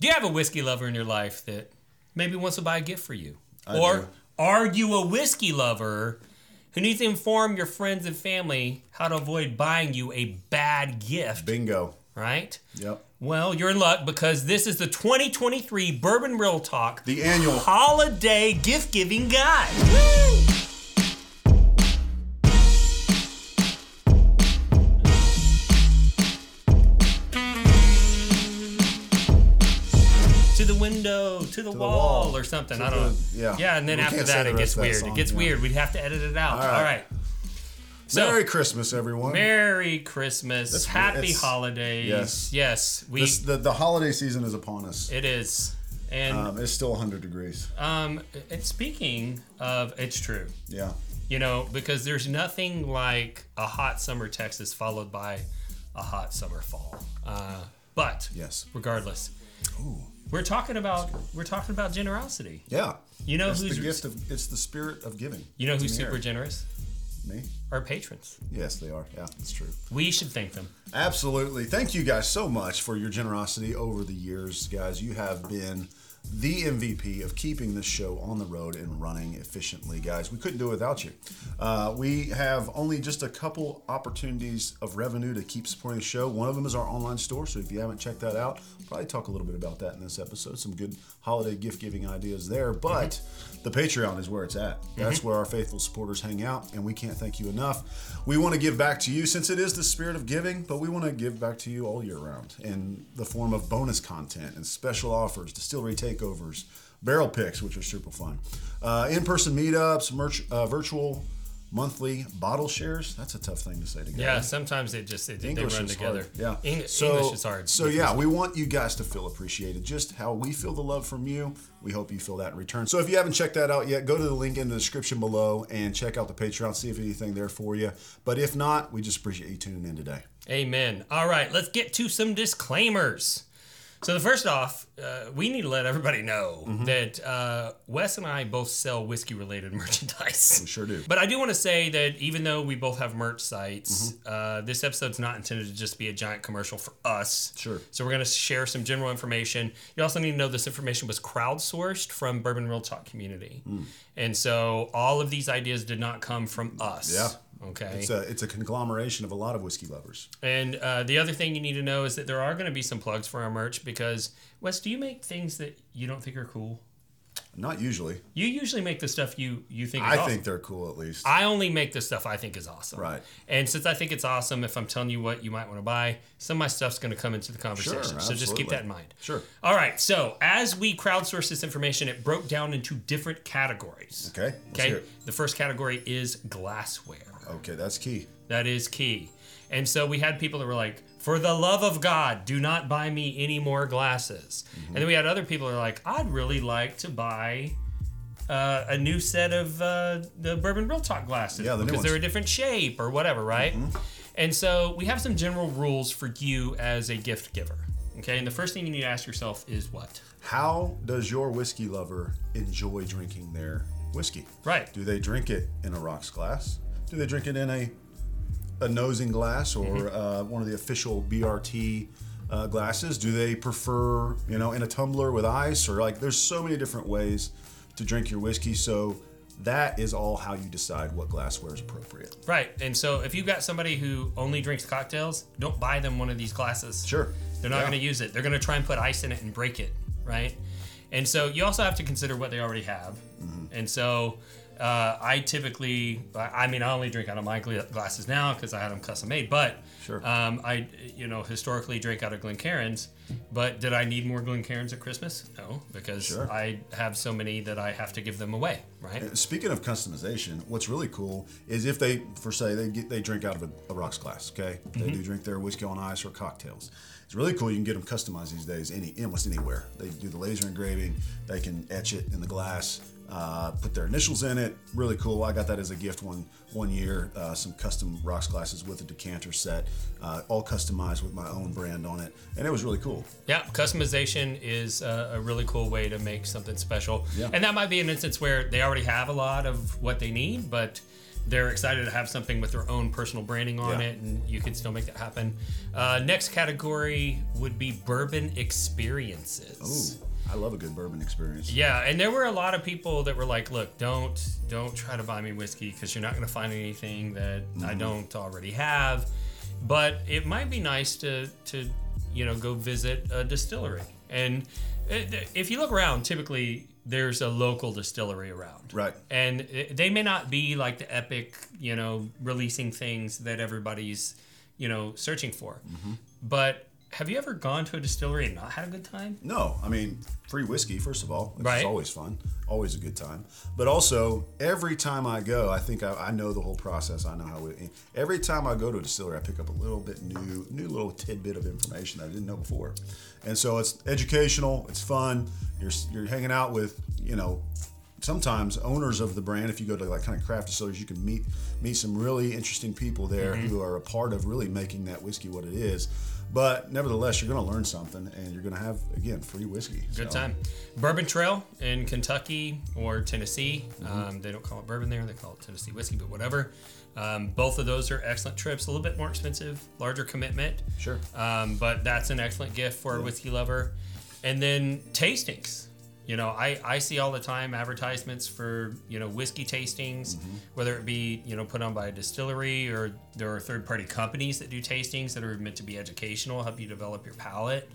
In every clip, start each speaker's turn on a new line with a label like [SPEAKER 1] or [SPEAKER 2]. [SPEAKER 1] Do you have a whiskey lover in your life that maybe wants to buy a gift for you?
[SPEAKER 2] I
[SPEAKER 1] or
[SPEAKER 2] do.
[SPEAKER 1] are you a whiskey lover who needs to inform your friends and family how to avoid buying you a bad gift,
[SPEAKER 2] Bingo.
[SPEAKER 1] right?
[SPEAKER 2] Yep.
[SPEAKER 1] Well, you're in luck because this is the 2023 Bourbon Real Talk,
[SPEAKER 2] The annual.
[SPEAKER 1] holiday gift giving guide. To the window, to the, wall,
[SPEAKER 2] wall,
[SPEAKER 1] or something.
[SPEAKER 2] to
[SPEAKER 1] I don't
[SPEAKER 2] the-
[SPEAKER 1] know.
[SPEAKER 2] yeah.
[SPEAKER 1] Yeah, and then
[SPEAKER 2] We
[SPEAKER 1] after
[SPEAKER 2] can't say
[SPEAKER 1] that,
[SPEAKER 2] the
[SPEAKER 1] it
[SPEAKER 2] rest
[SPEAKER 1] gets
[SPEAKER 2] of that
[SPEAKER 1] weird.
[SPEAKER 2] song,
[SPEAKER 1] it gets
[SPEAKER 2] yeah.
[SPEAKER 1] weird. We'd have to edit it out. All right.
[SPEAKER 2] right.
[SPEAKER 1] So,
[SPEAKER 2] Merry Christmas, everyone.
[SPEAKER 1] Merry Christmas.
[SPEAKER 2] That's-
[SPEAKER 1] Happy
[SPEAKER 2] it's-
[SPEAKER 1] holidays.
[SPEAKER 2] yes.
[SPEAKER 1] Yes. We
[SPEAKER 2] This, the, the holiday season is upon us.
[SPEAKER 1] it is. And
[SPEAKER 2] Um, it's still 100 degrees.
[SPEAKER 1] um and speaking of it's true.
[SPEAKER 2] Yeah.
[SPEAKER 1] You know, because there's nothing like a hot summer Texas followed by a hot summer fall. Uh, but
[SPEAKER 2] Yes.
[SPEAKER 1] regardless. We're talking about we're talking about generosity.
[SPEAKER 2] Yeah.
[SPEAKER 1] You know
[SPEAKER 2] It's the
[SPEAKER 1] who's
[SPEAKER 2] gift of. It's the spirit of giving.
[SPEAKER 1] you know
[SPEAKER 2] It's
[SPEAKER 1] who's
[SPEAKER 2] in the air.
[SPEAKER 1] super generous?
[SPEAKER 2] Me?
[SPEAKER 1] Our patrons.
[SPEAKER 2] Yes, they are. Yeah, that's true.
[SPEAKER 1] We should thank them.
[SPEAKER 2] Absolutely. Thank you guys so much for your generosity over the years, guys. You have been the MVP of keeping this show on the road and running efficiently, guys. We couldn't do it without you. Uh, we have only just a couple opportunities of revenue to keep supporting the show. One of them is our online store. So if you haven't checked that out, probably talk a little bit about that in this episode. Some good holiday gift giving ideas there. But the Patreon is where it's at. That's where our faithful supporters hang out, and we can't thank you enough. We want to give back to you since it is the spirit of giving, but we want to give back to you all year round in the form of bonus content and special offers, distillery takeovers, barrel picks, which are super fun, uh, in person meetups, merch, uh, virtual monthly bottle shares. That's a tough thing to say together.
[SPEAKER 1] Yeah, sometimes it just it, they run together.
[SPEAKER 2] Hard. Yeah.
[SPEAKER 1] Eng-
[SPEAKER 2] so,
[SPEAKER 1] English is hard.
[SPEAKER 2] So yeah, we want you guys to feel appreciated. Just how we feel the love from you, we hope you feel that in return. So if you haven't checked that out yet, go to the link in the description below and check out the Patreon, see if anything there for you. But if not, we just appreciate you tuning in today.
[SPEAKER 1] Amen. All right, let's get to some disclaimers. So, the first off, uh, we need to let everybody know
[SPEAKER 2] Mm-hmm.
[SPEAKER 1] that uh, Wes and I both sell whiskey related merchandise.
[SPEAKER 2] We sure do.
[SPEAKER 1] But I do want to say that even though we both have merch sites,
[SPEAKER 2] Mm-hmm.
[SPEAKER 1] uh, this episode's not intended to just be a giant commercial for us.
[SPEAKER 2] Sure.
[SPEAKER 1] So we're going to share some general information. You also need to know this information was crowdsourced from Bourbon Real Talk community,
[SPEAKER 2] Mm.
[SPEAKER 1] and so all of these ideas did not come from us.
[SPEAKER 2] Yeah.
[SPEAKER 1] Okay.
[SPEAKER 2] It's a it's a conglomeration of a lot of whiskey lovers.
[SPEAKER 1] and uh, the other thing you need to know is that there are going to be some plugs for our merch because Wes, do you make things that you don't think are cool?
[SPEAKER 2] Not usually.
[SPEAKER 1] You usually make the stuff you you think. Is
[SPEAKER 2] I
[SPEAKER 1] awesome.
[SPEAKER 2] think they're cool at least.
[SPEAKER 1] I only make the stuff I think is awesome.
[SPEAKER 2] Right.
[SPEAKER 1] And since I think it's awesome, if I'm telling you what you might want to buy, some of my stuff's going to come into the conversation. so just keep
[SPEAKER 2] absolutely.
[SPEAKER 1] that in mind.
[SPEAKER 2] Sure.
[SPEAKER 1] All right. So as we crowdsource this information, it broke down into different categories.
[SPEAKER 2] Okay. Let's hear
[SPEAKER 1] Okay.
[SPEAKER 2] it.
[SPEAKER 1] The first category is glassware.
[SPEAKER 2] Okay, that's key.
[SPEAKER 1] That is key. And so we had people that were like, for the love of God, do not buy me any more glasses.
[SPEAKER 2] Mm-hmm.
[SPEAKER 1] And then we had other people that were like, I'd really like to buy uh, a new set of uh, the Bourbon Real Talk glasses
[SPEAKER 2] Yeah, the new
[SPEAKER 1] because
[SPEAKER 2] ones. Mm-hmm.
[SPEAKER 1] they're a different shape or whatever, right? And so we have some general rules for you as a gift giver. Okay. And the first thing you need to ask yourself is what?
[SPEAKER 2] How does your whiskey lover enjoy drinking their whiskey?
[SPEAKER 1] Right.
[SPEAKER 2] Do they drink it in a rocks glass? Do they drink it in a a nosing glass or uh, one of the official BRT uh, glasses? Do they prefer you know in a tumbler with ice or like there's so many different ways to drink your whiskey. So that is all how you decide what glassware is appropriate.
[SPEAKER 1] Right. And so if you've got somebody who only drinks cocktails, don't buy them one of these glasses.
[SPEAKER 2] Sure.
[SPEAKER 1] They're not
[SPEAKER 2] Yeah.
[SPEAKER 1] going to use it. They're going to try and put ice in it and break it, right? And so you also have to consider what they already have.
[SPEAKER 2] Mm-hmm.
[SPEAKER 1] And so uh, I typically, I I mean, I only drink out of my gla- glasses now because I had them custom made. But
[SPEAKER 2] Sure.
[SPEAKER 1] um, I, you know, historically drink out of Glencairn's. But did I need more Glencairn's at Christmas? No, because
[SPEAKER 2] Sure.
[SPEAKER 1] I have so many that I have to give them away, right?
[SPEAKER 2] Speaking of customization, what's really cool is if they, for say, they get they drink out of a, a rocks glass. Okay,
[SPEAKER 1] Mm-hmm.
[SPEAKER 2] they do drink their whiskey on ice or cocktails. It's really cool. You can get them customized these days, any almost anywhere. They do the laser engraving. They can etch it in the glass, uh, put their initials in it. Really cool. I got that as a gift one one year. Uh, some custom rocks glasses with a decanter set, uh, all customized with my own brand on it, and it was really cool.
[SPEAKER 1] Yeah, customization is a, a really cool way to make something special.
[SPEAKER 2] Yeah.
[SPEAKER 1] And that might be an instance where they already have a lot of what they need, but they're excited to have something with their own personal branding on
[SPEAKER 2] Yeah.
[SPEAKER 1] it, and you can still make that happen. Uh, next category would be bourbon experiences.
[SPEAKER 2] Ooh, I love a good bourbon experience.
[SPEAKER 1] Yeah, and there were a lot of people that were like, "Look, don't don't try to buy me whiskey because you're not going to find anything that I don't already have." But it might be nice to to you know go visit a distillery, and it, if you look around, typically there's a local distillery around,
[SPEAKER 2] Right.
[SPEAKER 1] And it- they may not be like the epic, you know, releasing things that everybody's you know searching for, but. Have you ever gone to a distillery and not had a good time?
[SPEAKER 2] No, I mean free whiskey first of all, which is
[SPEAKER 1] Right.
[SPEAKER 2] always fun, always a good time. But also, every time I go, I think I, I know the whole process. I know how it. Every time I go to a distillery, I pick up a little bit new, new little tidbit of information that I didn't know before, and so it's educational. It's fun. You're you're hanging out with you know. Sometimes owners of the brand, if you go to like kind of craft distilleries, you can meet meet some really interesting people there
[SPEAKER 1] Mm-hmm.
[SPEAKER 2] who are a part of really making that whiskey what it is. But nevertheless, you're going to learn something, and you're going to have again free whiskey.
[SPEAKER 1] Good
[SPEAKER 2] So-
[SPEAKER 1] time. Bourbon Trail in Kentucky or Tennessee. Um, they don't call it bourbon there, they call it Tennessee whiskey, but whatever. Um, both of those are excellent trips. A little bit more expensive, larger commitment.
[SPEAKER 2] Sure.
[SPEAKER 1] Um, but that's an excellent gift for a whiskey lover. And then tastings. You know, I, I see all the time advertisements for, you know, whiskey tastings, whether it be, you know, put on by a distillery or there are third party companies that do tastings that are meant to be educational, help you develop your palate.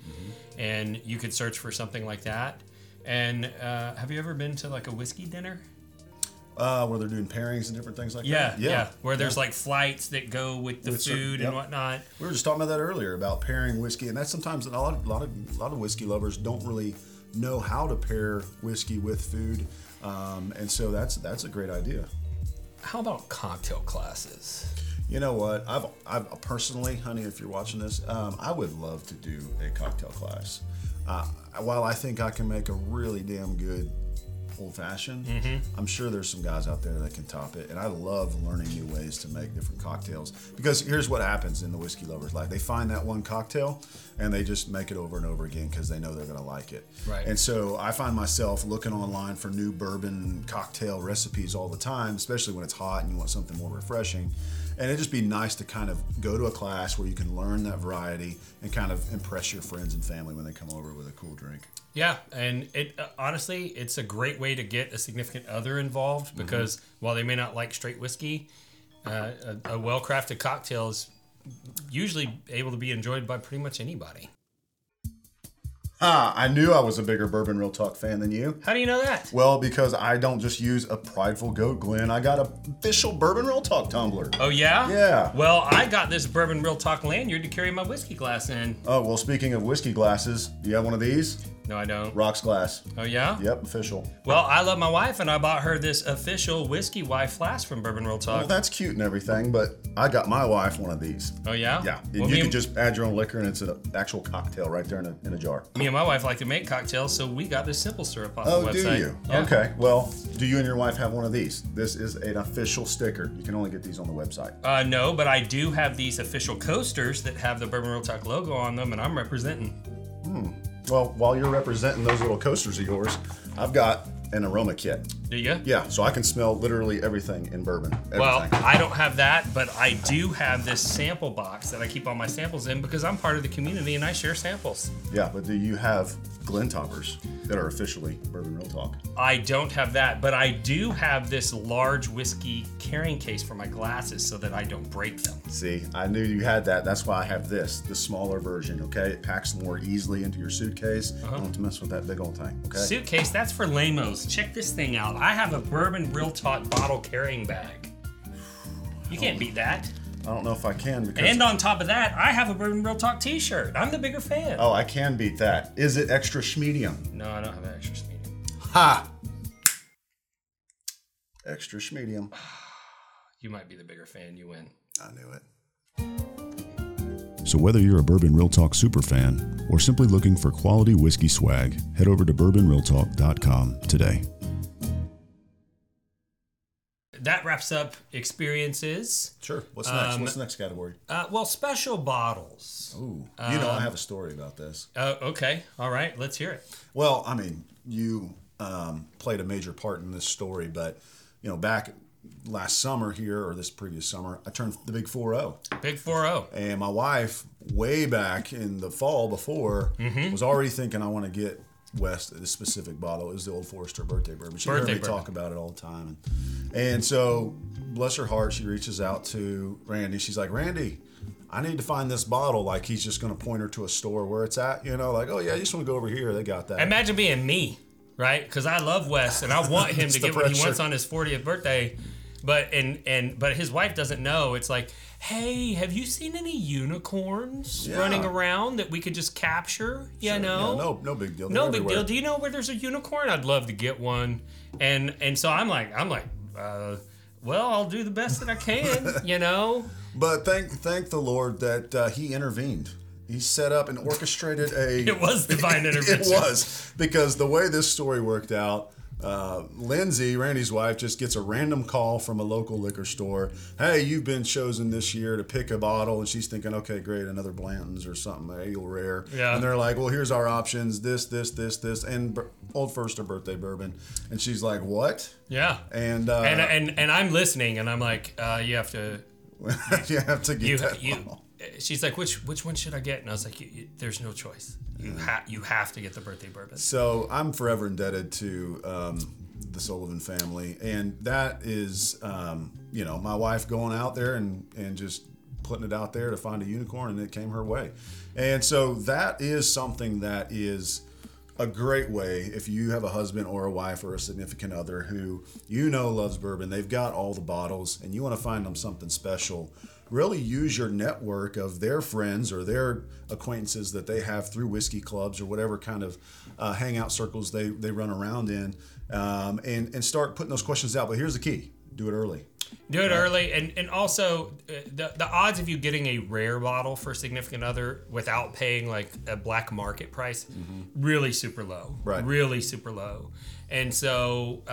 [SPEAKER 1] And you could search for something like that. And uh, have you ever been to like a whiskey dinner?
[SPEAKER 2] Uh, where they're doing pairings and different things like
[SPEAKER 1] Yeah,
[SPEAKER 2] that.
[SPEAKER 1] yeah. Where there's like flights that go with the
[SPEAKER 2] With certain-
[SPEAKER 1] food
[SPEAKER 2] yep.
[SPEAKER 1] and whatnot.
[SPEAKER 2] we were just talking about that earlier about pairing whiskey, and that's sometimes a lot, a lot of a lot of whiskey lovers don't really know how to pair whiskey with food, um, and so that's that's a great idea.
[SPEAKER 1] How about cocktail classes?
[SPEAKER 2] You know what? I've, I've personally, honey, if you're watching this, um, I would love to do a cocktail class. Uh, while I think I can make a really damn good old fashioned, I'm sure there's some guys out there that can top it. And I love learning new ways to make different cocktails because here's what happens in the whiskey lover's life: they find that one cocktail and they just make it over and over again because they know they're gonna like it.
[SPEAKER 1] Right.
[SPEAKER 2] And so I find myself looking online for new bourbon cocktail recipes all the time, especially when it's hot and you want something more refreshing. And it'd just be nice to kind of go to a class where you can learn that variety and kind of impress your friends and family when they come over with a cool drink.
[SPEAKER 1] Yeah, and it uh, honestly, it's a great way to get a significant other involved because while they may not like straight whiskey, uh, a, a well-crafted cocktail is usually able to be enjoyed by pretty much anybody.
[SPEAKER 2] Ah, I knew I was a bigger bourbon real talk fan than you.
[SPEAKER 1] How do you know that?
[SPEAKER 2] Well, because I don't just use a prideful goat, Glenn. I got a official bourbon real talk tumbler.
[SPEAKER 1] Oh yeah.
[SPEAKER 2] Yeah.
[SPEAKER 1] Well, I got this bourbon real talk lanyard to carry my whiskey glass in.
[SPEAKER 2] Oh, well, speaking of whiskey glasses, do you have one of these?
[SPEAKER 1] No, I don't.
[SPEAKER 2] Rocks glass.
[SPEAKER 1] Oh yeah.
[SPEAKER 2] Yep, official.
[SPEAKER 1] Well, I love my wife, and I bought her this official whiskey wife flask from Bourbon Real
[SPEAKER 2] Well,
[SPEAKER 1] Talk.
[SPEAKER 2] that's cute and everything, but I got my wife one of these.
[SPEAKER 1] oh yeah.
[SPEAKER 2] Yeah, and
[SPEAKER 1] Well,
[SPEAKER 2] you
[SPEAKER 1] me
[SPEAKER 2] can
[SPEAKER 1] and-
[SPEAKER 2] just add your own liquor, and it's an actual cocktail right there in a, in a jar.
[SPEAKER 1] me and my wife like to make cocktails, so we got this simple syrup off
[SPEAKER 2] Oh,
[SPEAKER 1] the
[SPEAKER 2] do
[SPEAKER 1] website.
[SPEAKER 2] you?
[SPEAKER 1] Yeah.
[SPEAKER 2] Okay. Well, do you and your wife have one of these? This is an official sticker. You can only get these on the website.
[SPEAKER 1] Uh, no, but I do have these official coasters that have the Bourbon Real Talk logo on them, and I'm representing.
[SPEAKER 2] Well, while you're representing those little coasters of yours, I've got an aroma kit.
[SPEAKER 1] Do you?
[SPEAKER 2] Yeah, so I can smell literally everything in bourbon. Everything.
[SPEAKER 1] Well, I don't have that, but I do have this sample box that I keep all my samples in because I'm part of the community and I share samples.
[SPEAKER 2] yeah, but do you have Glentoppers that are officially bourbon real talk?
[SPEAKER 1] I don't have that, but I do have this large whiskey carrying case for my glasses so that I don't break them.
[SPEAKER 2] See, I knew you had that. That's why I have this, the smaller version. Okay, it packs more easily into your suitcase. Don't have to mess with that big old thing. Okay.
[SPEAKER 1] Suitcase, that's for lamos. Check this thing out. I have a Bourbon Real Talk bottle carrying bag. You
[SPEAKER 2] Oh.
[SPEAKER 1] can't beat that.
[SPEAKER 2] I don't know if I can because.
[SPEAKER 1] And on top of that, I have a Bourbon Real Talk T-shirt. I'm the bigger fan.
[SPEAKER 2] oh, I can beat that. Is it extra schmedium?
[SPEAKER 1] No, I don't have an extra medium.
[SPEAKER 2] Ha! Extra schmedium.
[SPEAKER 1] You might be the bigger fan. You win.
[SPEAKER 2] I knew it. So, whether you're a Bourbon Real Talk superfan or simply looking for quality whiskey swag, head over to bourbonrealtalk.com today.
[SPEAKER 1] That wraps up experiences.
[SPEAKER 2] Sure. What's next?
[SPEAKER 1] Um,
[SPEAKER 2] What's the next category?
[SPEAKER 1] Uh, well, special bottles.
[SPEAKER 2] Ooh, you know, I have a story about this.
[SPEAKER 1] Uh, okay. All right. Let's hear it.
[SPEAKER 2] Well, I mean, you um, played a major part in this story, but you know, back last summer here or this previous summer, I turned the big oh. 4 0.
[SPEAKER 1] Big oh. 4 0.
[SPEAKER 2] And my wife, way back in the fall before,
[SPEAKER 1] Mm-hmm.
[SPEAKER 2] was already thinking I want to get West this specific bottle. It was the Old Forester birthday bourbon. She
[SPEAKER 1] Birthday
[SPEAKER 2] heard me
[SPEAKER 1] bourbon.
[SPEAKER 2] talk about it all the time. And, and so, bless her heart, she reaches out to Randy. She's like, Randy, I need to find this bottle. Like, he's just going to point her to a store where it's at. You know, like, oh, yeah, you just want to go over here. They got that.
[SPEAKER 1] Imagine being me, right? Because I love Wes and I want him
[SPEAKER 2] It's
[SPEAKER 1] to
[SPEAKER 2] the
[SPEAKER 1] get what he
[SPEAKER 2] pressure.
[SPEAKER 1] wants on his 40th birthday, but and and but his wife doesn't know. It's like, hey, have you seen any unicorns
[SPEAKER 2] Yeah.
[SPEAKER 1] running around that we could just capture? You know,
[SPEAKER 2] Yeah, no, no big deal.
[SPEAKER 1] no
[SPEAKER 2] They're
[SPEAKER 1] big
[SPEAKER 2] everywhere.
[SPEAKER 1] deal. Do you know where there's a unicorn? I'd love to get one. And and so I'm like, I'm like, uh, well, I'll do the best that I can, you know.
[SPEAKER 2] But thank thank the Lord that uh, He intervened. He set up and orchestrated a.
[SPEAKER 1] It was divine intervention.
[SPEAKER 2] it was because the way this story worked out. Uh, Lindsay, Randy's wife, just gets a random call from a local liquor store. Hey, you've been chosen this year to pick a bottle, and she's thinking, okay, great, another Blanton's or something, a ale rare.
[SPEAKER 1] Yeah.
[SPEAKER 2] And they're like, well, here's our options: this, this, this, this, and bur- Old Forester birthday bourbon. And she's like, what?
[SPEAKER 1] Yeah.
[SPEAKER 2] And uh,
[SPEAKER 1] And, and and I'm listening, and I'm like, uh, you have to
[SPEAKER 2] you have to get
[SPEAKER 1] uh, you
[SPEAKER 2] that
[SPEAKER 1] you
[SPEAKER 2] bottle.
[SPEAKER 1] she's like which which one should i get and i was like you, you, there's no choice you ha- you have to get the birthday bourbon
[SPEAKER 2] So I'm forever indebted to um, the Sullivan family, and that is, um, you know, my wife going out there and and just putting it out there to find a unicorn, and it came her way, and so that is something that is a great way if you have a husband or a wife or a significant other who you know loves bourbon, they've got all the bottles, and you want to find them something special. Really use your network of their friends or their acquaintances that they have through whiskey clubs or whatever kind of uh, hangout circles they, they run around in um, and, and start putting those questions out. But here's the key do it early.
[SPEAKER 1] do it early and and also uh, the, the odds of you getting a rare bottle for a significant other without paying like a black market price really super low
[SPEAKER 2] Right.
[SPEAKER 1] really super low and so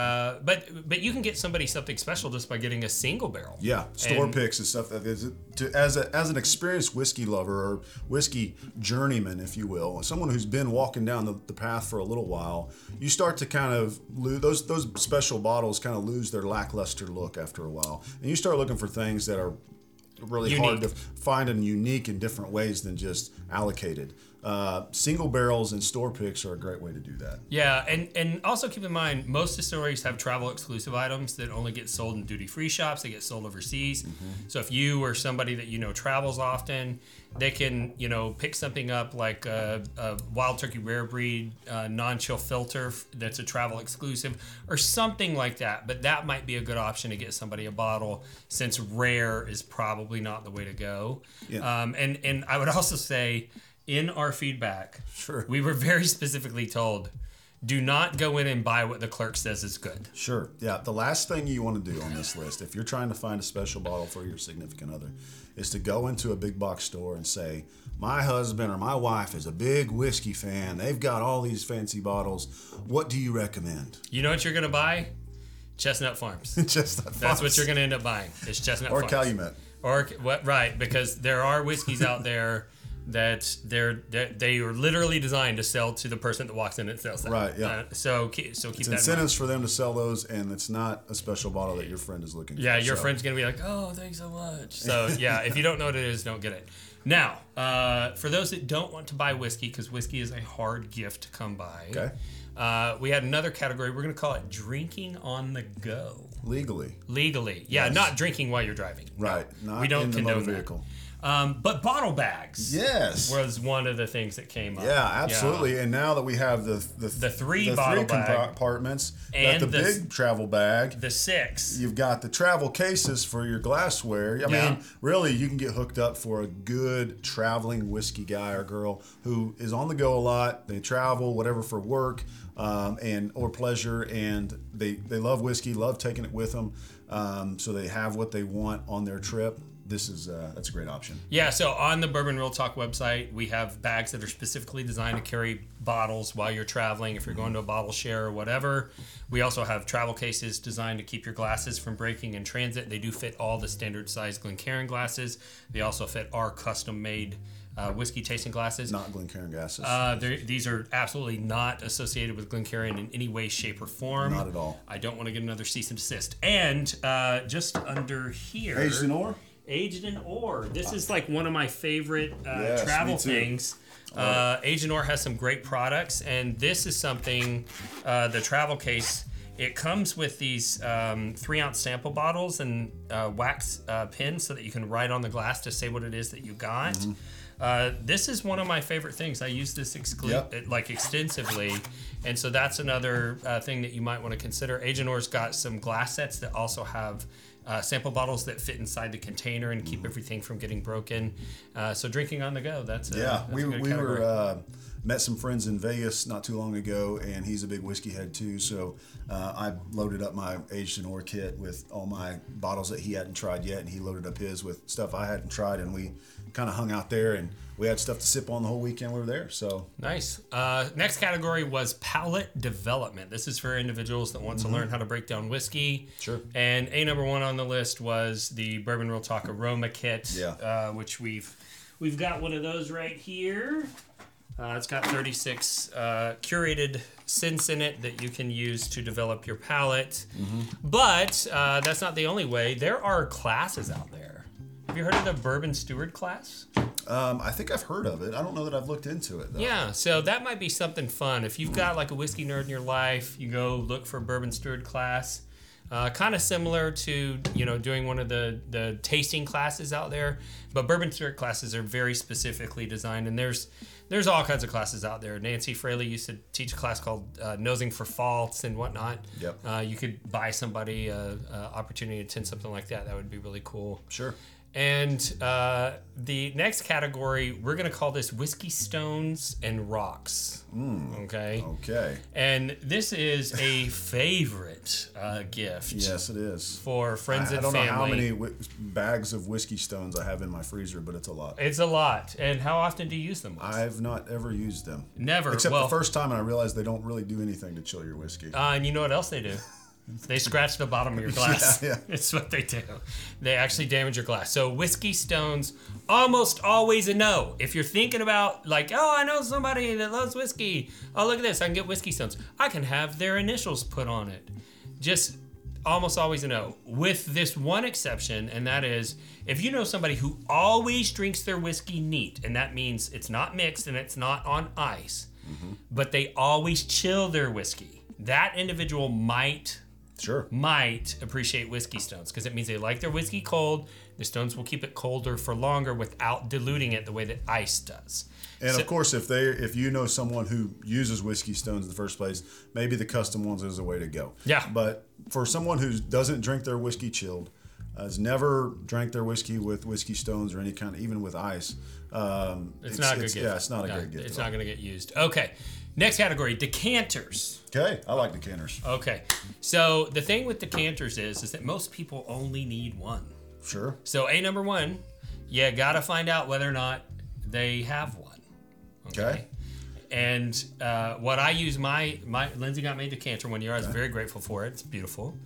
[SPEAKER 1] uh, but but you can get somebody something special just by getting a single barrel
[SPEAKER 2] Yeah, store
[SPEAKER 1] And-
[SPEAKER 2] picks and stuff. That is, to, as a, as an experienced whiskey lover or whiskey journeyman, if you will, someone who's been walking down the, the path for a little while, you start to kind of lose those those special bottles. Kind of lose their lackluster look after a while, and you start looking for things that are really hard
[SPEAKER 1] Unique.
[SPEAKER 2] to find and unique in different ways than just allocated. Uh, single barrels and store picks are a great way to do that.
[SPEAKER 1] Yeah, and and also keep in mind most distilleries have travel exclusive items that only get sold in duty free shops. They get sold overseas.
[SPEAKER 2] Mm-hmm.
[SPEAKER 1] So if you or somebody that you know travels often, they can you know pick something up like a, a wild turkey rare breed uh, non chill filter f- that's a travel exclusive or something like that. But that might be a good option to get somebody a bottle since rare is probably not the way to go.
[SPEAKER 2] Yeah.
[SPEAKER 1] Um, and and I would also say in our feedback,
[SPEAKER 2] Sure.
[SPEAKER 1] we were very specifically told, do not go in and buy what the clerk says is good.
[SPEAKER 2] Sure. Yeah. The last thing you want to do on this list, if you're trying to find a special bottle for your significant other, is to go into a big box store and say, My husband or my wife is a big whiskey fan. They've got all these fancy bottles. What do you recommend?
[SPEAKER 1] You know what you're gonna buy? Chestnut Farms.
[SPEAKER 2] Just
[SPEAKER 1] That's what you're gonna end up buying. It's Chestnut
[SPEAKER 2] Or
[SPEAKER 1] Farms.
[SPEAKER 2] Calumet.
[SPEAKER 1] Or what? Right, because there are whiskeys out there that they're that they are literally designed to sell to the person that walks in and sells them.
[SPEAKER 2] Right, yeah.
[SPEAKER 1] Uh, so ke- so keep that
[SPEAKER 2] It's
[SPEAKER 1] in mind.
[SPEAKER 2] incentives for them to sell those, and it's not a special bottle that your friend is looking for.
[SPEAKER 1] Yeah, your
[SPEAKER 2] So,
[SPEAKER 1] friend's gonna be like, "Oh, thanks so much." So yeah, if you don't know what it is, don't get it. Now, uh, for those that don't want to buy whiskey, because whiskey is a hard gift to come by.
[SPEAKER 2] Okay.
[SPEAKER 1] Uh, we had another category. We're gonna call it drinking on the go,
[SPEAKER 2] Legally.
[SPEAKER 1] legally. Yeah, not drinking while you're driving.
[SPEAKER 2] Right. Not
[SPEAKER 1] don't
[SPEAKER 2] in the
[SPEAKER 1] condone
[SPEAKER 2] motor
[SPEAKER 1] that.
[SPEAKER 2] vehicle.
[SPEAKER 1] Um, but bottle bags
[SPEAKER 2] Yes.
[SPEAKER 1] was one of the things that came up.
[SPEAKER 2] Yeah, absolutely. And now that we have the the,
[SPEAKER 1] The three bottle bag.
[SPEAKER 2] compartments,
[SPEAKER 1] And
[SPEAKER 2] got the,
[SPEAKER 1] the s-
[SPEAKER 2] big travel bag,
[SPEAKER 1] The six.
[SPEAKER 2] You've got the travel cases for your glassware. I
[SPEAKER 1] Yeah.
[SPEAKER 2] mean, really, you can get hooked up for a good traveling whiskey guy or girl who is on the go a lot. They travel, whatever, for work um, and or pleasure, and they they love whiskey, love taking it with them, um, so they have what they want on their trip. This is uh, that's a great option.
[SPEAKER 1] Yeah, so on the Bourbon Real Talk website, we have bags that are specifically designed to carry bottles while you're traveling, if you're going to a bottle share or whatever. We also have travel cases designed to keep your glasses from breaking in transit. They do fit all the standard size Glencairn glasses. They also fit our custom made uh, whiskey tasting glasses.
[SPEAKER 2] Not Glencairn gases.
[SPEAKER 1] Uh, they're- these are absolutely not associated with Glencairn in any way, shape, or form.
[SPEAKER 2] Not at all.
[SPEAKER 1] I don't want to get another cease and desist. And uh, just under here,
[SPEAKER 2] Aged in ore?
[SPEAKER 1] Aged in Ore. This is like one of my favorite uh,
[SPEAKER 2] Yes,
[SPEAKER 1] travel
[SPEAKER 2] me too.
[SPEAKER 1] things. Uh, Aged in Ore has some great products, and this is something uh, the travel case. It comes with these um, three ounce sample bottles and uh, wax uh, pins so that you can write on the glass to say what it is that you got. Uh, this is one of my favorite things. I use this exclu-
[SPEAKER 2] Yep.
[SPEAKER 1] it, like extensively, and so that's another uh, thing that you might want to consider. Agenor's got some glass sets that also have uh, sample bottles that fit inside the container and keep everything from getting broken. Uh, so drinking on the go, that's a,
[SPEAKER 2] Yeah,
[SPEAKER 1] that's
[SPEAKER 2] we,
[SPEAKER 1] a good
[SPEAKER 2] we
[SPEAKER 1] category.
[SPEAKER 2] were uh, met some friends in Vegas not too long ago, and he's a big whiskey head too. So uh, I loaded up my aged and or kit with all my bottles that he hadn't tried yet, and he loaded up his with stuff I hadn't tried, and we kind of hung out there, and we had stuff to sip on the whole weekend we were there. So
[SPEAKER 1] Nice. Uh, next category was palate development. This is for individuals that want to learn how to break down whiskey.
[SPEAKER 2] Sure.
[SPEAKER 1] And a number one on the list was the Bourbon Real Talk Aroma Kit.
[SPEAKER 2] Yeah.
[SPEAKER 1] Uh, which we've we've got one of those right here. Uh, it's got 36 uh, curated scents in it that you can use to develop your palate. But uh, that's not the only way. There are classes out there. Have you heard of the Bourbon Steward class?
[SPEAKER 2] um, I think I've heard of it. I don't know that I've looked into it though.
[SPEAKER 1] Yeah, so that might be something fun. If you've got like a whiskey nerd in your life, you go look for a bourbon steward class. Uh, kind of similar to you know doing one of the the tasting classes out there, but bourbon steward classes are very specifically designed, and there's there's all kinds of classes out there. Nancy Fraley used to teach a class called uh, Nosing for Faults and whatnot.
[SPEAKER 2] Yep.
[SPEAKER 1] Uh, you could buy somebody a, a opportunity to attend something like that. That would be really cool.
[SPEAKER 2] Sure.
[SPEAKER 1] And uh, the next category, we're going to call this whiskey stones and rocks.
[SPEAKER 2] Hmm.
[SPEAKER 1] Okay.
[SPEAKER 2] Oh. Okay.
[SPEAKER 1] And this is a favorite uh, gift
[SPEAKER 2] Yes, it is.
[SPEAKER 1] for friends
[SPEAKER 2] I I
[SPEAKER 1] and
[SPEAKER 2] don't know
[SPEAKER 1] family.
[SPEAKER 2] how many w- bags of whiskey stones I have in my freezer, but it's a lot.
[SPEAKER 1] It's a lot. And how often do you use them? Wes?
[SPEAKER 2] I've not ever used them.
[SPEAKER 1] Never.
[SPEAKER 2] Except
[SPEAKER 1] well,
[SPEAKER 2] the first time, and I realized they don't really do anything to chill your whiskey.
[SPEAKER 1] Uh, and you know what else they do? They scratch the bottom of your glass.
[SPEAKER 2] Yeah, yeah.
[SPEAKER 1] It's what they do. They actually damage your glass. So whiskey stones almost always a no. If you're thinking about like, oh, I know somebody that loves whiskey. Oh, look at this. I can get whiskey stones. I can have their initials put on it. Just almost always a no. With this one exception, and that is if you know somebody who always drinks their whiskey neat, and that means it's not mixed and it's not on ice but they always chill their whiskey. That individual might
[SPEAKER 2] sure.
[SPEAKER 1] might appreciate whiskey stones because it means they like their whiskey cold. The stones will keep it colder for longer without diluting it the way that ice does.
[SPEAKER 2] And of course, if they if you know someone who uses whiskey stones in the first place, maybe the custom ones is the way to go.
[SPEAKER 1] Yeah.
[SPEAKER 2] But for someone who doesn't drink their whiskey chilled, uh, has never drank their whiskey with whiskey stones or any kind, of, even with ice. Um,
[SPEAKER 1] It's, not a good gift.
[SPEAKER 2] Yeah, it's not a
[SPEAKER 1] No,
[SPEAKER 2] good gift.
[SPEAKER 1] It's
[SPEAKER 2] at
[SPEAKER 1] not going to get used. Okay. Next category, decanters.
[SPEAKER 2] all. okay, I like decanters.
[SPEAKER 1] Okay. So the thing with decanters is is that most people only need one.
[SPEAKER 2] Sure.
[SPEAKER 1] So a number 1, you got to find out whether or not they have one.
[SPEAKER 2] Okay.
[SPEAKER 1] And uh, what I use my my Lindsay got me a decanter one year. I was very grateful for it. It's beautiful,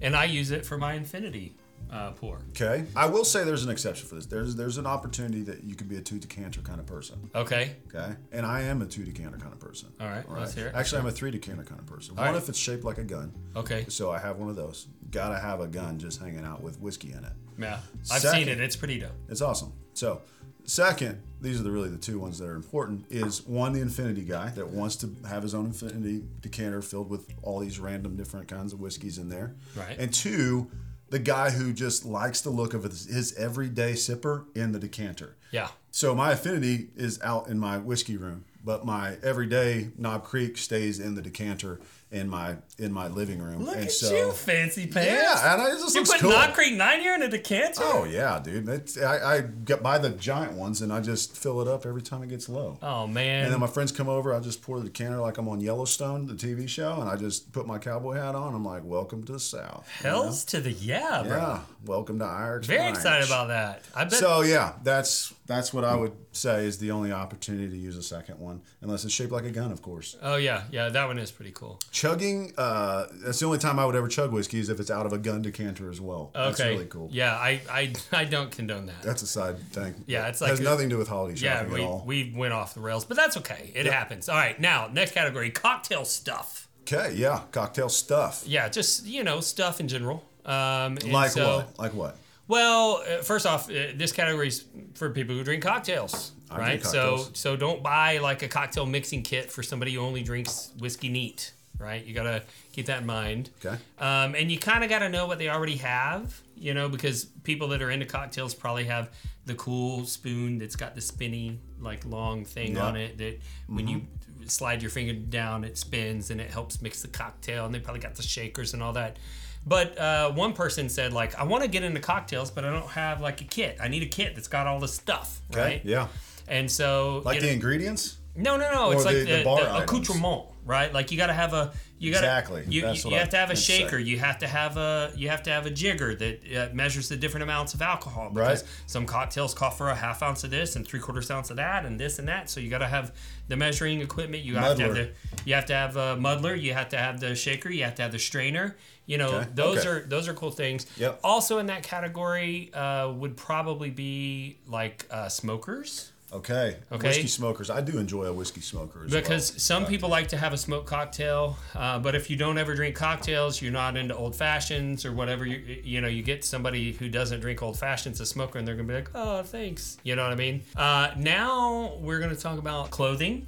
[SPEAKER 1] and I use it for my infinity uh, pour.
[SPEAKER 2] Okay. I will say there's an exception for this. There's there's an opportunity that you can be a two decanter kind of person.
[SPEAKER 1] Okay,
[SPEAKER 2] Okay. And I am a two decanter kind of person.
[SPEAKER 1] All right, let's hear it.
[SPEAKER 2] Actually, I'm a three decanter kind of person.
[SPEAKER 1] right.
[SPEAKER 2] one if it's shaped like a gun.
[SPEAKER 1] okay,
[SPEAKER 2] So I have one of those. Gotta have a gun just hanging out with whiskey in it.
[SPEAKER 1] yeah, I've seen
[SPEAKER 2] Second.
[SPEAKER 1] it. It's pretty dope.
[SPEAKER 2] It's awesome. So, second, these are the really the two ones that are important is one the infinity guy that wants to have his own infinity decanter filled with all these random different kinds of whiskeys in there.
[SPEAKER 1] Right.
[SPEAKER 2] And two, the guy who just likes the look of his, his everyday sipper in the decanter.
[SPEAKER 1] Yeah,
[SPEAKER 2] So my affinity is out in my whiskey room, but my everyday Knob Creek stays in the decanter in my in my living room.
[SPEAKER 1] look
[SPEAKER 2] and
[SPEAKER 1] at
[SPEAKER 2] so
[SPEAKER 1] you, fancy pants.
[SPEAKER 2] Yeah, and I, it just
[SPEAKER 1] you
[SPEAKER 2] looks
[SPEAKER 1] put
[SPEAKER 2] cool.
[SPEAKER 1] Knock Creek Nine here in a decanter.
[SPEAKER 2] Oh yeah, dude. It's, I, I get buy the giant ones and I just fill it up every time it gets low.
[SPEAKER 1] Oh, man,
[SPEAKER 2] And then my friends come over, I just pour the decanter like I'm on Yellowstone, the TV show, and I just put my cowboy hat on. I'm like, "Welcome to the South." you know?
[SPEAKER 1] hell's to the yeah, bro.
[SPEAKER 2] Yeah, welcome to Irish.
[SPEAKER 1] Very
[SPEAKER 2] Ranch.
[SPEAKER 1] excited about that. I bet.
[SPEAKER 2] So yeah, that's That's what I would say is the only opportunity to use a second one, unless it's shaped like a gun, of course.
[SPEAKER 1] Oh yeah, yeah, that one is pretty cool.
[SPEAKER 2] Chugging, uh, that's the only time I would ever chug whiskey is if it's out of a gun decanter as well.
[SPEAKER 1] Okay.
[SPEAKER 2] That's really cool.
[SPEAKER 1] Yeah, I I, I don't condone that.
[SPEAKER 2] That's a side thing.
[SPEAKER 1] Yeah, it's
[SPEAKER 2] It has
[SPEAKER 1] like a-
[SPEAKER 2] nothing to do with holiday
[SPEAKER 1] yeah,
[SPEAKER 2] shopping
[SPEAKER 1] we,
[SPEAKER 2] at all.
[SPEAKER 1] we went off the rails, but that's okay. It happens. All right, now next category: cocktail stuff.
[SPEAKER 2] okay, yeah, cocktail stuff.
[SPEAKER 1] Yeah, just you know stuff in general. Um, and
[SPEAKER 2] Like
[SPEAKER 1] so-
[SPEAKER 2] what? Like what?
[SPEAKER 1] Well, uh, first off, uh, this category is for people who drink cocktails,
[SPEAKER 2] I
[SPEAKER 1] right?
[SPEAKER 2] drink cocktails.
[SPEAKER 1] So, so don't buy like a cocktail mixing kit for somebody who only drinks whiskey neat, right? You gotta keep that in mind.
[SPEAKER 2] Okay.
[SPEAKER 1] Um, and you kind of gotta know what they already have, you know, because people that are into cocktails probably have the cool spoon that's got the spinny, like long thing
[SPEAKER 2] Yeah. Mm-hmm.
[SPEAKER 1] on it that when you slide your finger down, it spins and it helps mix the cocktail. And they probably got the shakers and all that. But uh, one person said, like, I want to get into cocktails, but I don't have like a kit. I need a kit that's got all the stuff,
[SPEAKER 2] Okay.
[SPEAKER 1] right?
[SPEAKER 2] Yeah.
[SPEAKER 1] And so,
[SPEAKER 2] Like
[SPEAKER 1] you
[SPEAKER 2] the
[SPEAKER 1] know-
[SPEAKER 2] ingredients?
[SPEAKER 1] no, no, no. It's
[SPEAKER 2] the-
[SPEAKER 1] like
[SPEAKER 2] the
[SPEAKER 1] the,
[SPEAKER 2] bar
[SPEAKER 1] the
[SPEAKER 2] items.
[SPEAKER 1] accoutrement, right? Like you got to have a you got
[SPEAKER 2] Exactly.
[SPEAKER 1] You,
[SPEAKER 2] That's
[SPEAKER 1] you,
[SPEAKER 2] what
[SPEAKER 1] you
[SPEAKER 2] I
[SPEAKER 1] have to have a
[SPEAKER 2] meant to say.
[SPEAKER 1] shaker. You have to have a you have to have a jigger that uh, measures the different amounts of alcohol. Because
[SPEAKER 2] Right.
[SPEAKER 1] Some cocktails call for a half ounce of this and three quarters ounce of that and this and that. So you got to have the measuring equipment. You have to have
[SPEAKER 2] Muddler.
[SPEAKER 1] the you have to have a muddler. You have to have the shaker. You have to have the strainer. You know
[SPEAKER 2] Okay.
[SPEAKER 1] those
[SPEAKER 2] Okay.
[SPEAKER 1] are those are cool things.
[SPEAKER 2] Yep.
[SPEAKER 1] Also in that category uh, would probably be like uh, smokers.
[SPEAKER 2] Okay.
[SPEAKER 1] Okay.
[SPEAKER 2] Whiskey smokers. I do enjoy a whiskey smoker as
[SPEAKER 1] Because
[SPEAKER 2] well.
[SPEAKER 1] some people like to have a smoked cocktail, uh, but if you don't ever drink cocktails, you're not into old fashions or whatever. You you know, you get somebody who doesn't drink old fashions a smoker, and they're gonna be like, oh, thanks. You know what I mean? Uh, now we're gonna talk about clothing.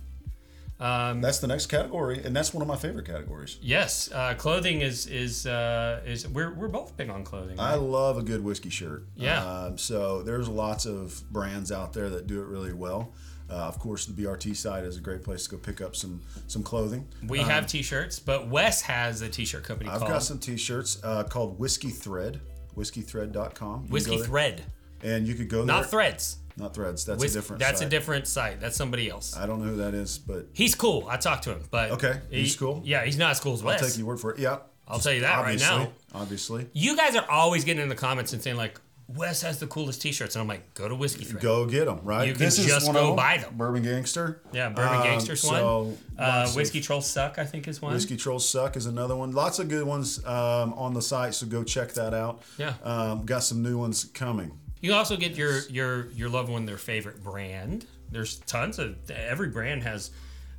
[SPEAKER 1] um,
[SPEAKER 2] That's the next category, and that's one of my favorite categories.
[SPEAKER 1] Yes, uh, clothing is is uh, is we're we're both big on clothing.
[SPEAKER 2] I love a good whiskey shirt.
[SPEAKER 1] Yeah.
[SPEAKER 2] Um, so there's lots of brands out there that do it really well. Uh, of course, the BRT side is a great place to go pick up some some clothing.
[SPEAKER 1] we have t-shirts, but Wes has a t-shirt company
[SPEAKER 2] uh-huh. I've
[SPEAKER 1] called
[SPEAKER 2] got some T-shirts uh, called Whiskey Thread, whiskeythread.com. You can
[SPEAKER 1] Whiskey
[SPEAKER 2] go there,
[SPEAKER 1] Thread,
[SPEAKER 2] and you could go
[SPEAKER 1] not
[SPEAKER 2] there.
[SPEAKER 1] Threads.
[SPEAKER 2] not threads. That's
[SPEAKER 1] Whis-
[SPEAKER 2] a different.
[SPEAKER 1] that's
[SPEAKER 2] site.
[SPEAKER 1] a different site. That's somebody else.
[SPEAKER 2] I don't know who that is, but
[SPEAKER 1] He's cool. I talked to him, but
[SPEAKER 2] Okay, he's
[SPEAKER 1] he-
[SPEAKER 2] cool?
[SPEAKER 1] Yeah, he's not as cool as Wes.
[SPEAKER 2] I'll take your word for it. Yeah.
[SPEAKER 1] I'll tell you that right
[SPEAKER 2] obviously,
[SPEAKER 1] now.
[SPEAKER 2] Obviously,
[SPEAKER 1] You guys are always getting in the comments and saying like, Wes has the coolest T-shirts, and I'm like, go to Whiskey Thread.
[SPEAKER 2] go get them. Right.
[SPEAKER 1] You can just
[SPEAKER 2] of
[SPEAKER 1] go buy them.
[SPEAKER 2] Bourbon Gangster.
[SPEAKER 1] Yeah, Bourbon
[SPEAKER 2] Um,
[SPEAKER 1] Gangsters
[SPEAKER 2] So
[SPEAKER 1] one. Uh,
[SPEAKER 2] lots of-
[SPEAKER 1] Whiskey Trolls suck. I think is one.
[SPEAKER 2] Whiskey Trolls Suck is another one. Lots of good ones um, on the site, so go check that out.
[SPEAKER 1] Yeah.
[SPEAKER 2] Um, got some new ones coming.
[SPEAKER 1] You can also get your your your loved one their favorite brand. There's tons of every brand has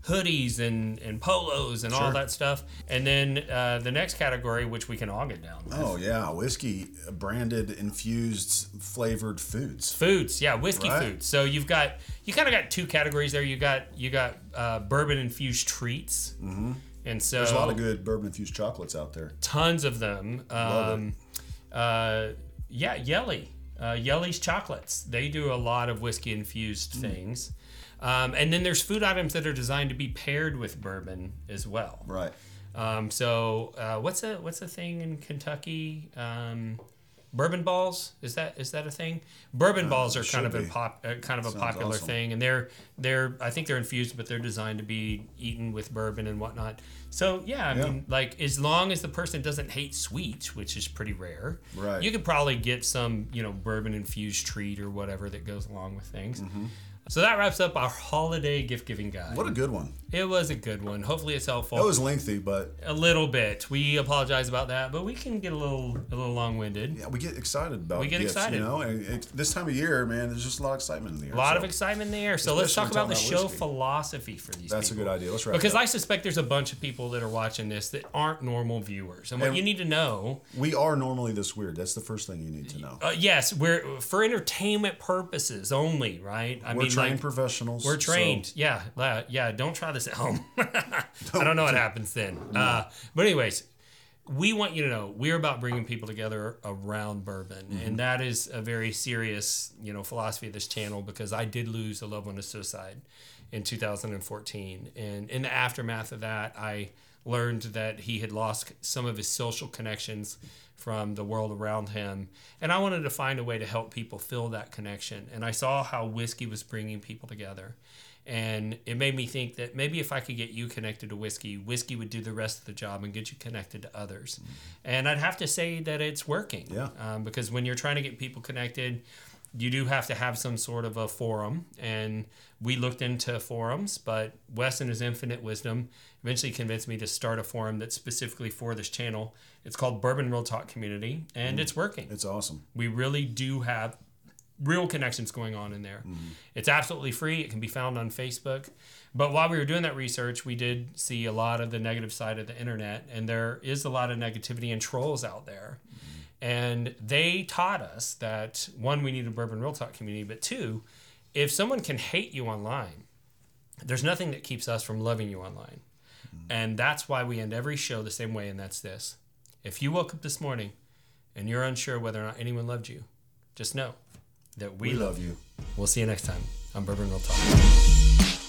[SPEAKER 1] hoodies and and polos and all
[SPEAKER 2] Sure.
[SPEAKER 1] that stuff. And then uh, the next category, which we can all get down. with.
[SPEAKER 2] Oh, yeah. Whiskey branded, infused, flavored foods.
[SPEAKER 1] foods yeah whiskey
[SPEAKER 2] Right.
[SPEAKER 1] foods so you've got you kind of got two categories there you got you got uh, bourbon infused treats mm-hmm. and so
[SPEAKER 2] There's a lot of good bourbon infused chocolates out there.
[SPEAKER 1] tons of them
[SPEAKER 2] Love
[SPEAKER 1] um, uh, yeah yelly uh, yelly's chocolates they do a lot of whiskey infused things um, and then there's food items that are designed to be paired with bourbon as well
[SPEAKER 2] Right.
[SPEAKER 1] um, so uh, what's a what's a thing in Kentucky? Um, bourbon balls is that is that a thing? Bourbon balls are kind
[SPEAKER 2] Uh,
[SPEAKER 1] of
[SPEAKER 2] should
[SPEAKER 1] a
[SPEAKER 2] be.
[SPEAKER 1] pop, uh, kind of a popular
[SPEAKER 2] awesome.
[SPEAKER 1] thing, and they're they're I think they're infused, but they're designed to be eaten with bourbon and whatnot. So yeah, I
[SPEAKER 2] Yeah.
[SPEAKER 1] mean, like as long as the person doesn't hate sweets, which is pretty rare,
[SPEAKER 2] Right.
[SPEAKER 1] You could probably get some you know bourbon infused treat or whatever that goes along with things. So that wraps up our holiday gift giving guide.
[SPEAKER 2] Mm-hmm. What a good one.
[SPEAKER 1] It was a good one. Hopefully, it's helpful
[SPEAKER 2] That was lengthy, but
[SPEAKER 1] a little bit. We apologize about that, but we can get a little a little long winded.
[SPEAKER 2] yeah, we get excited about
[SPEAKER 1] We get
[SPEAKER 2] gifts,
[SPEAKER 1] excited.
[SPEAKER 2] You know, and it, this time of year, man, there's just a lot of excitement in the air.
[SPEAKER 1] A lot of excitement there. So let's
[SPEAKER 2] Especially
[SPEAKER 1] talk
[SPEAKER 2] when
[SPEAKER 1] about the
[SPEAKER 2] talking
[SPEAKER 1] show
[SPEAKER 2] about whiskey.
[SPEAKER 1] philosophy for these
[SPEAKER 2] That's a
[SPEAKER 1] people.
[SPEAKER 2] good idea. Let's wrap
[SPEAKER 1] Because
[SPEAKER 2] it up.
[SPEAKER 1] I suspect there's a bunch of people that are watching this that aren't normal viewers. And what
[SPEAKER 2] And-
[SPEAKER 1] you need to know,
[SPEAKER 2] we are normally this weird. That's the first thing you need to know.
[SPEAKER 1] uh, yes, we're for entertainment purposes only, right? I
[SPEAKER 2] we're
[SPEAKER 1] mean,
[SPEAKER 2] trained
[SPEAKER 1] like,
[SPEAKER 2] professionals.
[SPEAKER 1] we're
[SPEAKER 2] so-
[SPEAKER 1] trained. Yeah, la- yeah. Don't try this at home. I don't know what happens then. Uh, but anyways, we want you to know we're about bringing people together around bourbon, and that is a very serious, you know, philosophy of this channel because I did lose a loved one to suicide in 2014, and in the aftermath of that, I learned that he had lost some of his social connections from the world around him and i wanted to find a way to help people feel that connection and i saw how whiskey was bringing people together and it made me think that maybe if I could get you connected to whiskey, whiskey would do the rest of the job and get you connected to others. And I'd have to say that it's working.
[SPEAKER 2] Yeah.
[SPEAKER 1] Um, because when you're trying to get people connected, you do have to have some sort of a forum. And we looked into forums, but Wes and his infinite wisdom eventually convinced me to start a forum that's specifically for this channel. It's called Bourbon Real Talk Community, and it's working.
[SPEAKER 2] It's awesome.
[SPEAKER 1] We really do have real connections going on in there. It's absolutely free. It can be found on Facebook. But while we were doing that research, we did see a lot of the negative side of the internet, and there is a lot of negativity and trolls out there. And they taught us that one, we need a bourbon real talk community, but two, if someone can hate you online, there's nothing that keeps us from loving you online.
[SPEAKER 2] Mm-hmm.
[SPEAKER 1] And that's why we end every show the same way, and that's this. If you woke up this morning and you're unsure whether or not anyone loved you, just know that we,
[SPEAKER 2] We
[SPEAKER 1] love
[SPEAKER 2] love you.
[SPEAKER 1] We'll see you next time on Bourbon Real Talk.